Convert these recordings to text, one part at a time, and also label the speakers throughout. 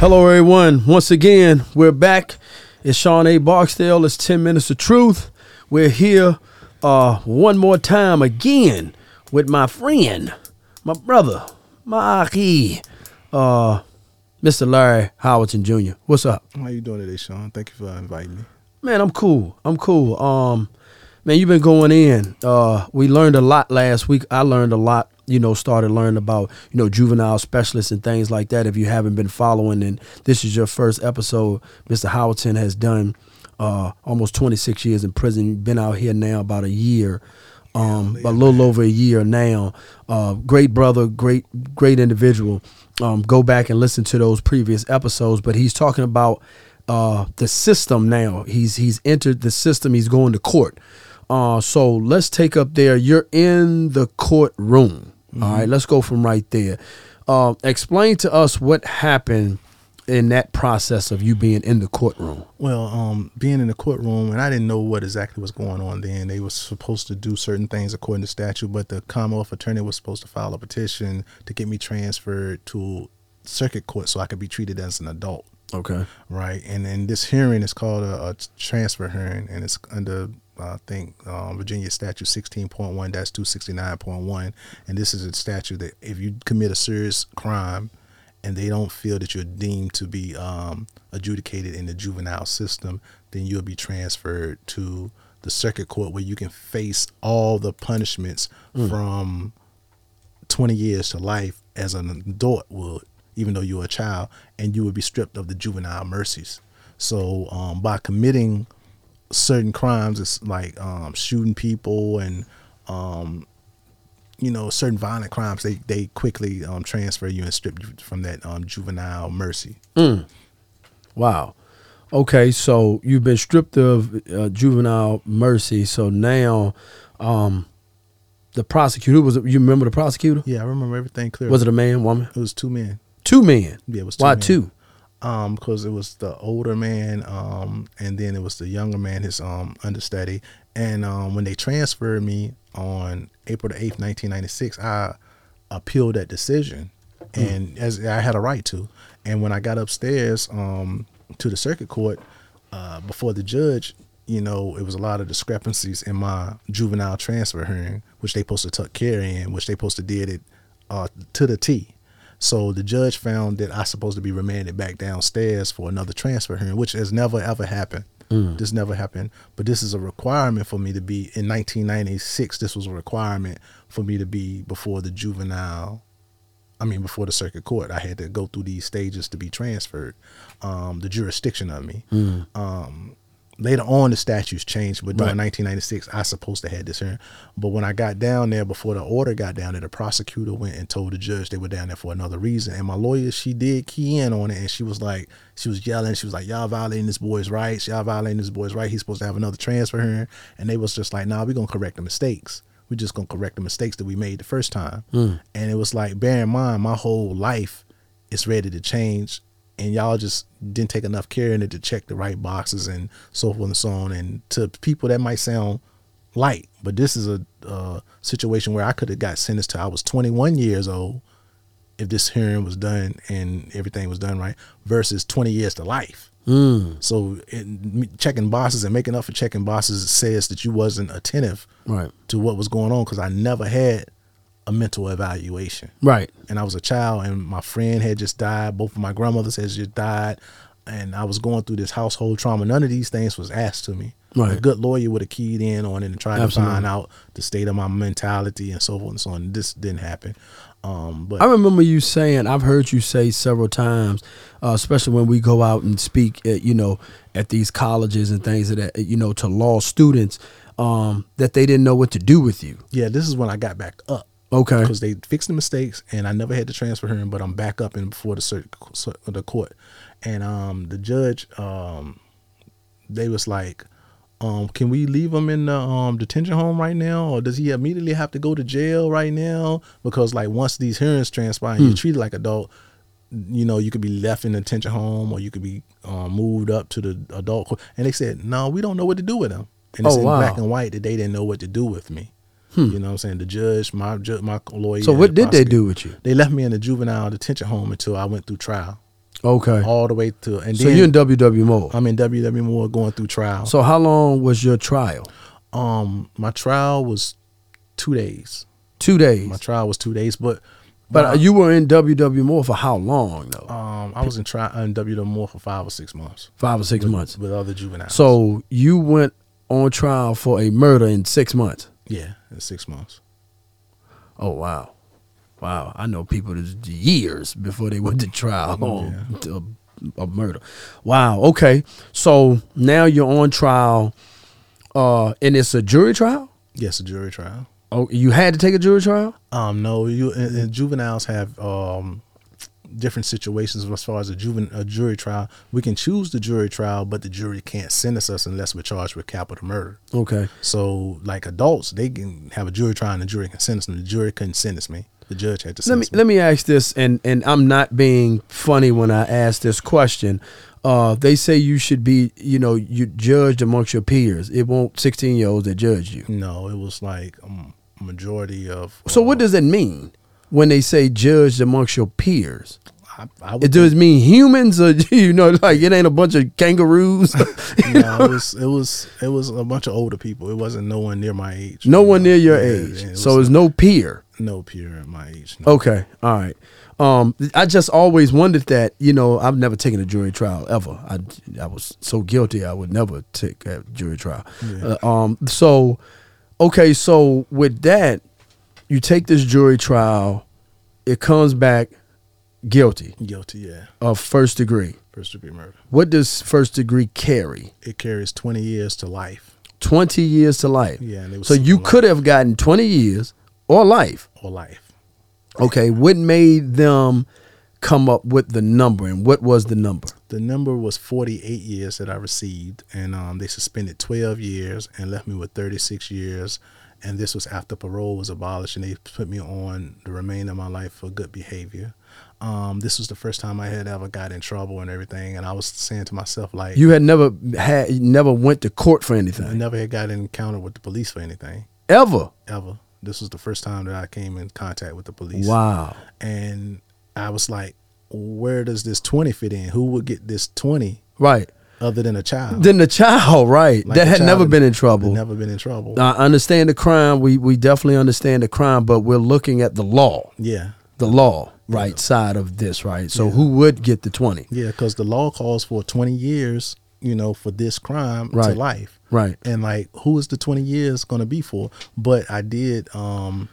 Speaker 1: Hello, everyone. Once again, we're back. It's Sean A. Barksdale. It's 10 Minutes of Truth. We're here uh, one more time again with my friend, my brother, my Aki, uh, Mr. Larry Howardson Jr. What's up?
Speaker 2: How you doing today, Sean? Thank you for inviting me.
Speaker 1: Man, I'm cool. I'm cool. Um, man, you've been going in. Uh, we learned a lot last week. I learned a lot. You know, started learning about you know juvenile specialists and things like that. If you haven't been following, and this is your first episode, Mr. Howardson has done uh, almost 26 years in prison. Been out here now about a year um, a little over a year now. Uh, great brother, great great individual. Um, go back and listen to those previous episodes, but he's talking about uh, the system now. He's he's entered the system. He's going to court. Uh, so let's take up there. You're in the courtroom.
Speaker 2: Mm-hmm.
Speaker 1: All right, let's go from right there. Uh, explain to us what happened in that process of you being in the courtroom.
Speaker 2: Well, um, being in the courtroom, and I didn't know what exactly was going on then. They were supposed to do certain things according to statute, but the Commonwealth attorney was supposed to file a petition to get me transferred to circuit court so I could be treated as an adult,
Speaker 1: Okay.
Speaker 2: right? And then this hearing is called a, a transfer hearing, and it's under I think um, Virginia statute sixteen point one that's two sixty nine point one, and this is a statute that if you commit a serious crime, and they don't feel that you're deemed to be um, adjudicated in the juvenile system, then you'll be transferred to the circuit court where you can face all the punishments from 20 years to life as an adult would, even though you were a child, and you would be stripped of the juvenile mercies. So um, by committing certain crimes, it's like um, shooting people and um, you know certain violent crimes they they quickly um, transfer you and strip you from that um, juvenile mercy
Speaker 1: Wow. Okay, so you've been stripped of uh, juvenile mercy. So now, um, the prosecutor was. it- You remember the prosecutor?
Speaker 2: yeah i remember everything clear
Speaker 1: Was it a man, woman?
Speaker 2: it was two men
Speaker 1: Two men.
Speaker 2: yeah it was two
Speaker 1: Why
Speaker 2: men.
Speaker 1: two?
Speaker 2: um because it was the older man um and then it was the younger man his um understudy and um when they transferred me on april the 8th 1996 i appealed that decision and as i had a right to and when i got upstairs um to the circuit court uh before the judge you know it was a lot of discrepancies in my juvenile transfer hearing which they supposed to tuck care in which they supposed to did it uh to the t so the judge found that I supposed to be remanded back downstairs for another transfer hearing, which has never ever happened. This never happened, but this is a requirement for me to be in 1996. This was a requirement for me to be before the juvenile. I mean, before the circuit court, I had to go through these stages to be transferred. Um, the jurisdiction of me. Um, later on, the statutes changed, but during
Speaker 1: Right.
Speaker 2: 1996, I supposed to had this hearing. But when I got down there, before the order got down there, the prosecutor went and told the judge they were down there for another reason. And my lawyer, she did key in on it, and she was like, she was yelling, she was like, "Y'all violating this boy's rights. Y'all violating this boy's right. He's supposed to have another transfer hearing." And they was just like, "Nah, we gonna correct the mistakes." We just gonna correct the mistakes that we made the first time, and it was like, bear in mind, my whole life is ready to change and y'all just didn't take enough care in it to check the right boxes and so forth and so on. And to people that might sound light, but this is a uh, situation where I could have got sentenced to I was 21 years old if this hearing was done and everything was done right versus 20 years to life. Mm. So it, me- checking bosses and making up for checking bosses says that you wasn't attentive
Speaker 1: Right.
Speaker 2: to what was going on because I never had a mental evaluation
Speaker 1: Right.
Speaker 2: and I was a child, and my friend had just died. Both of my grandmothers had just died, and I was going through this household trauma. None of these things was asked to me.
Speaker 1: Right.
Speaker 2: A good lawyer would have keyed in on it and tried
Speaker 1: Absolutely.
Speaker 2: to find out the state of my mentality and so forth and so on. This didn't happen. Um, but
Speaker 1: I remember you saying. I've heard you say several times, uh, especially when we go out and speak. At, you know, at these colleges and things of that. You know, to law students, um, that they didn't know what to do with you.
Speaker 2: yeah, this is when I got back up
Speaker 1: Okay.
Speaker 2: because they fixed the mistakes, and I never had to transfer hearing, but I'm back up and before the cir- cir- the court, and um, the judge, um, they was like, um, can we leave him in the um, detention home right now, or does he immediately have to go to jail right now? Because like once these hearings transpire,
Speaker 1: Hmm.
Speaker 2: and you're treated like adult. You know, you could be left in the detention home, or you could be um, moved up to the adult court. And they said, no, we don't know what to do with him. And it's
Speaker 1: Oh,
Speaker 2: in
Speaker 1: wow.
Speaker 2: black and white that they didn't know what to do with me. You know what I'm saying? The judge, my ju- my lawyer.
Speaker 1: Hmm. so
Speaker 2: and
Speaker 1: what
Speaker 2: the
Speaker 1: did they
Speaker 2: prosecutor.
Speaker 1: do with you?
Speaker 2: They left me in the juvenile detention home until I went through trial.
Speaker 1: Okay.
Speaker 2: all Uh-huh. the way to and
Speaker 1: so
Speaker 2: then
Speaker 1: you're in WWMO.
Speaker 2: I'm in WW Moore going through trial.
Speaker 1: so how long was your trial?
Speaker 2: um my trial was two days.
Speaker 1: Two days.
Speaker 2: My trial was two days, but
Speaker 1: but you were in WWMO for how long though?
Speaker 2: um I was in trial in WW Moore for five or six months
Speaker 1: Five or six months.
Speaker 2: with other juveniles.
Speaker 1: So you went on trial for a murder in six months.
Speaker 2: yeah, in six months.
Speaker 1: Oh wow, wow! I know people that's years before they went to trial on a, a murder. Wow. Okay. So now you're on trial, uh, and it's a jury trial.
Speaker 2: Yes, a jury trial.
Speaker 1: Oh, you had to take a jury trial.
Speaker 2: Um, no, you and, and juveniles have um different situations as far as a juven a jury trial. We can choose the jury trial, but the jury can't sentence us unless we're charged with capital murder.
Speaker 1: Okay.
Speaker 2: So, like adults, they can have a jury trial and the jury can sentence them. The jury couldn't sentence me. The judge had to
Speaker 1: Let me
Speaker 2: sentence me.
Speaker 1: let me ask this, and and I'm not being funny when I ask this question. Uh, they say you should be, you know, you judged amongst your peers. It won't 16 year olds that judge you.
Speaker 2: no, it was like um, a majority of.
Speaker 1: So what
Speaker 2: uh,
Speaker 1: does it mean when they say judged amongst your peers?
Speaker 2: I, I
Speaker 1: It
Speaker 2: would
Speaker 1: does it mean humans or you know, like it ain't a bunch of kangaroos.
Speaker 2: think, you know, it was it was it was a bunch of older people. It wasn't no one near my age.
Speaker 1: no
Speaker 2: you
Speaker 1: one
Speaker 2: know.
Speaker 1: near your
Speaker 2: Yeah,
Speaker 1: age.
Speaker 2: yeah, it
Speaker 1: so Oh.
Speaker 2: was
Speaker 1: it's no peer.
Speaker 2: no peer at my age. no.
Speaker 1: Okay. All right. Um, I just always wondered that, you know, I've never taken a jury trial ever. I, I was so guilty. I would never take a jury trial.
Speaker 2: Yeah.
Speaker 1: Uh, um, so, okay. So with that, you take this jury trial, it comes back guilty
Speaker 2: Guilty, yeah,
Speaker 1: of first degree.
Speaker 2: first degree murder.
Speaker 1: What does first degree carry?
Speaker 2: it carries 20 years to life
Speaker 1: 20 years to life.
Speaker 2: Yeah, and it was
Speaker 1: so you
Speaker 2: something like-
Speaker 1: could have gotten 20 years or life.
Speaker 2: or life.
Speaker 1: Okay, what made them come up with the number and what was the number?
Speaker 2: The number was 48 years that I received, and um, they suspended 12 years and left me with 36 years. And this was after parole was abolished, and they put me on the remainder of my life for good behavior. Um, this was the first time I had ever got in trouble and everything, and I was saying to myself like,
Speaker 1: You had never had you never went to court for
Speaker 2: I
Speaker 1: anything
Speaker 2: never had got an encounter with the police for anything
Speaker 1: ever.
Speaker 2: ever. This was the first time that I came in contact with the police.
Speaker 1: Wow.
Speaker 2: And I was like, where does this 20 fit in? Who would get this 20
Speaker 1: Right.
Speaker 2: other than a child.
Speaker 1: Then the child, right,
Speaker 2: Like
Speaker 1: that
Speaker 2: a
Speaker 1: had
Speaker 2: child
Speaker 1: never
Speaker 2: that-
Speaker 1: been in
Speaker 2: They've
Speaker 1: trouble.
Speaker 2: never been in trouble.
Speaker 1: I understand the crime. We we definitely understand the crime, but we're looking at the law,
Speaker 2: yeah,
Speaker 1: the law right side of this, right? So who would get the 20?
Speaker 2: yeah, because the law calls for 20 years, you know, for this crime
Speaker 1: Right.
Speaker 2: to life.
Speaker 1: Right.
Speaker 2: And like, who is the 20 years going to be for? But I did, um,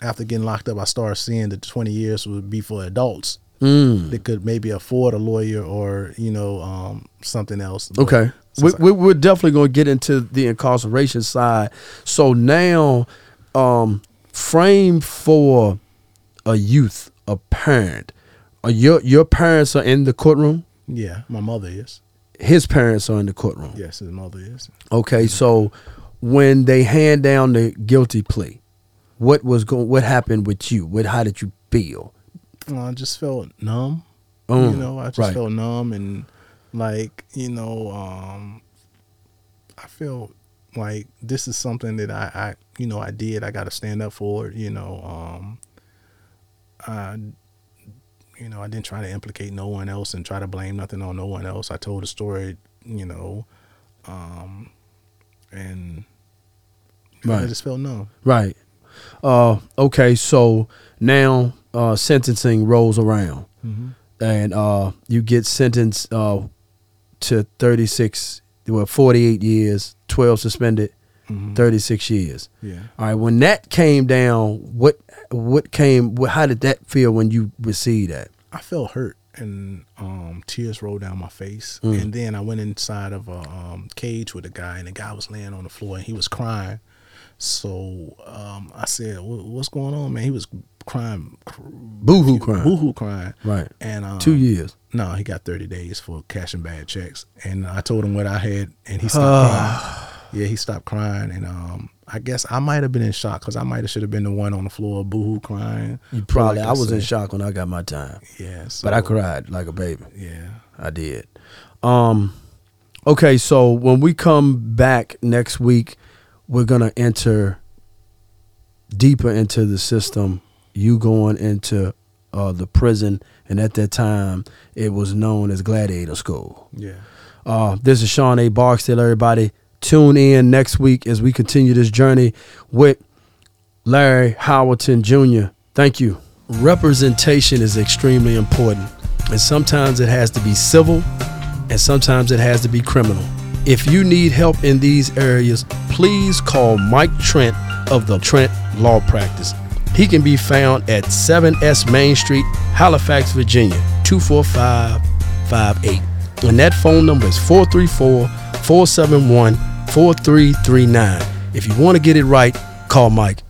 Speaker 2: after getting locked up, I started seeing that 20 years would be for adults.
Speaker 1: Hmm.
Speaker 2: Mm. They could maybe afford a lawyer or, you know, um, something else. But
Speaker 1: Okay. We,
Speaker 2: since I-
Speaker 1: we, we're definitely going to get into the incarceration side. So now, um, frame for a youth, a parent. Are your your parents are in the courtroom.
Speaker 2: yeah, my mother is.
Speaker 1: His parents are in the courtroom.
Speaker 2: Yes, his mother is.
Speaker 1: Okay. So when they hand down the guilty plea, what was going? What happened with you? What? How did you feel?
Speaker 2: Well, I just felt numb.
Speaker 1: Mm,
Speaker 2: you know, I just
Speaker 1: right.
Speaker 2: felt numb and like, you know, um I feel like this is something that I, I you know, I did. I gotta stand up for it, you know. Um I you know, I didn't try to implicate no one else and try to blame nothing on no one else. I told the story, you know, um and I
Speaker 1: Right.
Speaker 2: just felt numb.
Speaker 1: Right. Uh, okay. So now uh, sentencing rolls around.
Speaker 2: Mm-hmm.
Speaker 1: and uh, you get sentenced uh, to 36, well, 48 years, 12 suspended,
Speaker 2: Mm-hmm.
Speaker 1: 36 years.
Speaker 2: Yeah.
Speaker 1: All right, when that came down, what what came? wh- How did that feel when you received that?
Speaker 2: I felt hurt and um, tears rolled down my face.
Speaker 1: Mm.
Speaker 2: And then I went inside of a um, cage with a guy, and the guy was laying on the floor and he was crying. So um, I said, "Wha- "What's going on, man?" He was crying, cr-
Speaker 1: Boo-hoo crying.
Speaker 2: boohoo crying.
Speaker 1: Right,
Speaker 2: And um,
Speaker 1: two years.
Speaker 2: No, he got thirty days for cashing bad checks. And I told him what I had, and he stopped
Speaker 1: Ah.
Speaker 2: crying. Yeah, he stopped crying, and um, I guess I might have been in shock because I might have should have been the one on the floor boohoo crying.
Speaker 1: You probably.
Speaker 2: Like
Speaker 1: I was in
Speaker 2: said.
Speaker 1: shock when I got my time,
Speaker 2: Yeah, so,
Speaker 1: but I cried like a baby.
Speaker 2: Yeah.
Speaker 1: I did. Um, okay, so when we come back next week, we're gonna enter deeper into the system. You going into uh, the prison and at that time it was known as Gladiator School.
Speaker 2: Yeah.
Speaker 1: Uh, this is Sean A. Barksdale, everybody. Tune in next week as we continue this journey with Larry Howerton Jr. Thank you. Representation is extremely important, and sometimes it has to be civil, and sometimes it has to be criminal. If you need help in these areas, please call Mike Trent of the Trent Law Practice. He can be found at 7S Main Street, Halifax, Virginia, 24558. And that phone number is 434 471 4339. If you want to get it right, call Mike.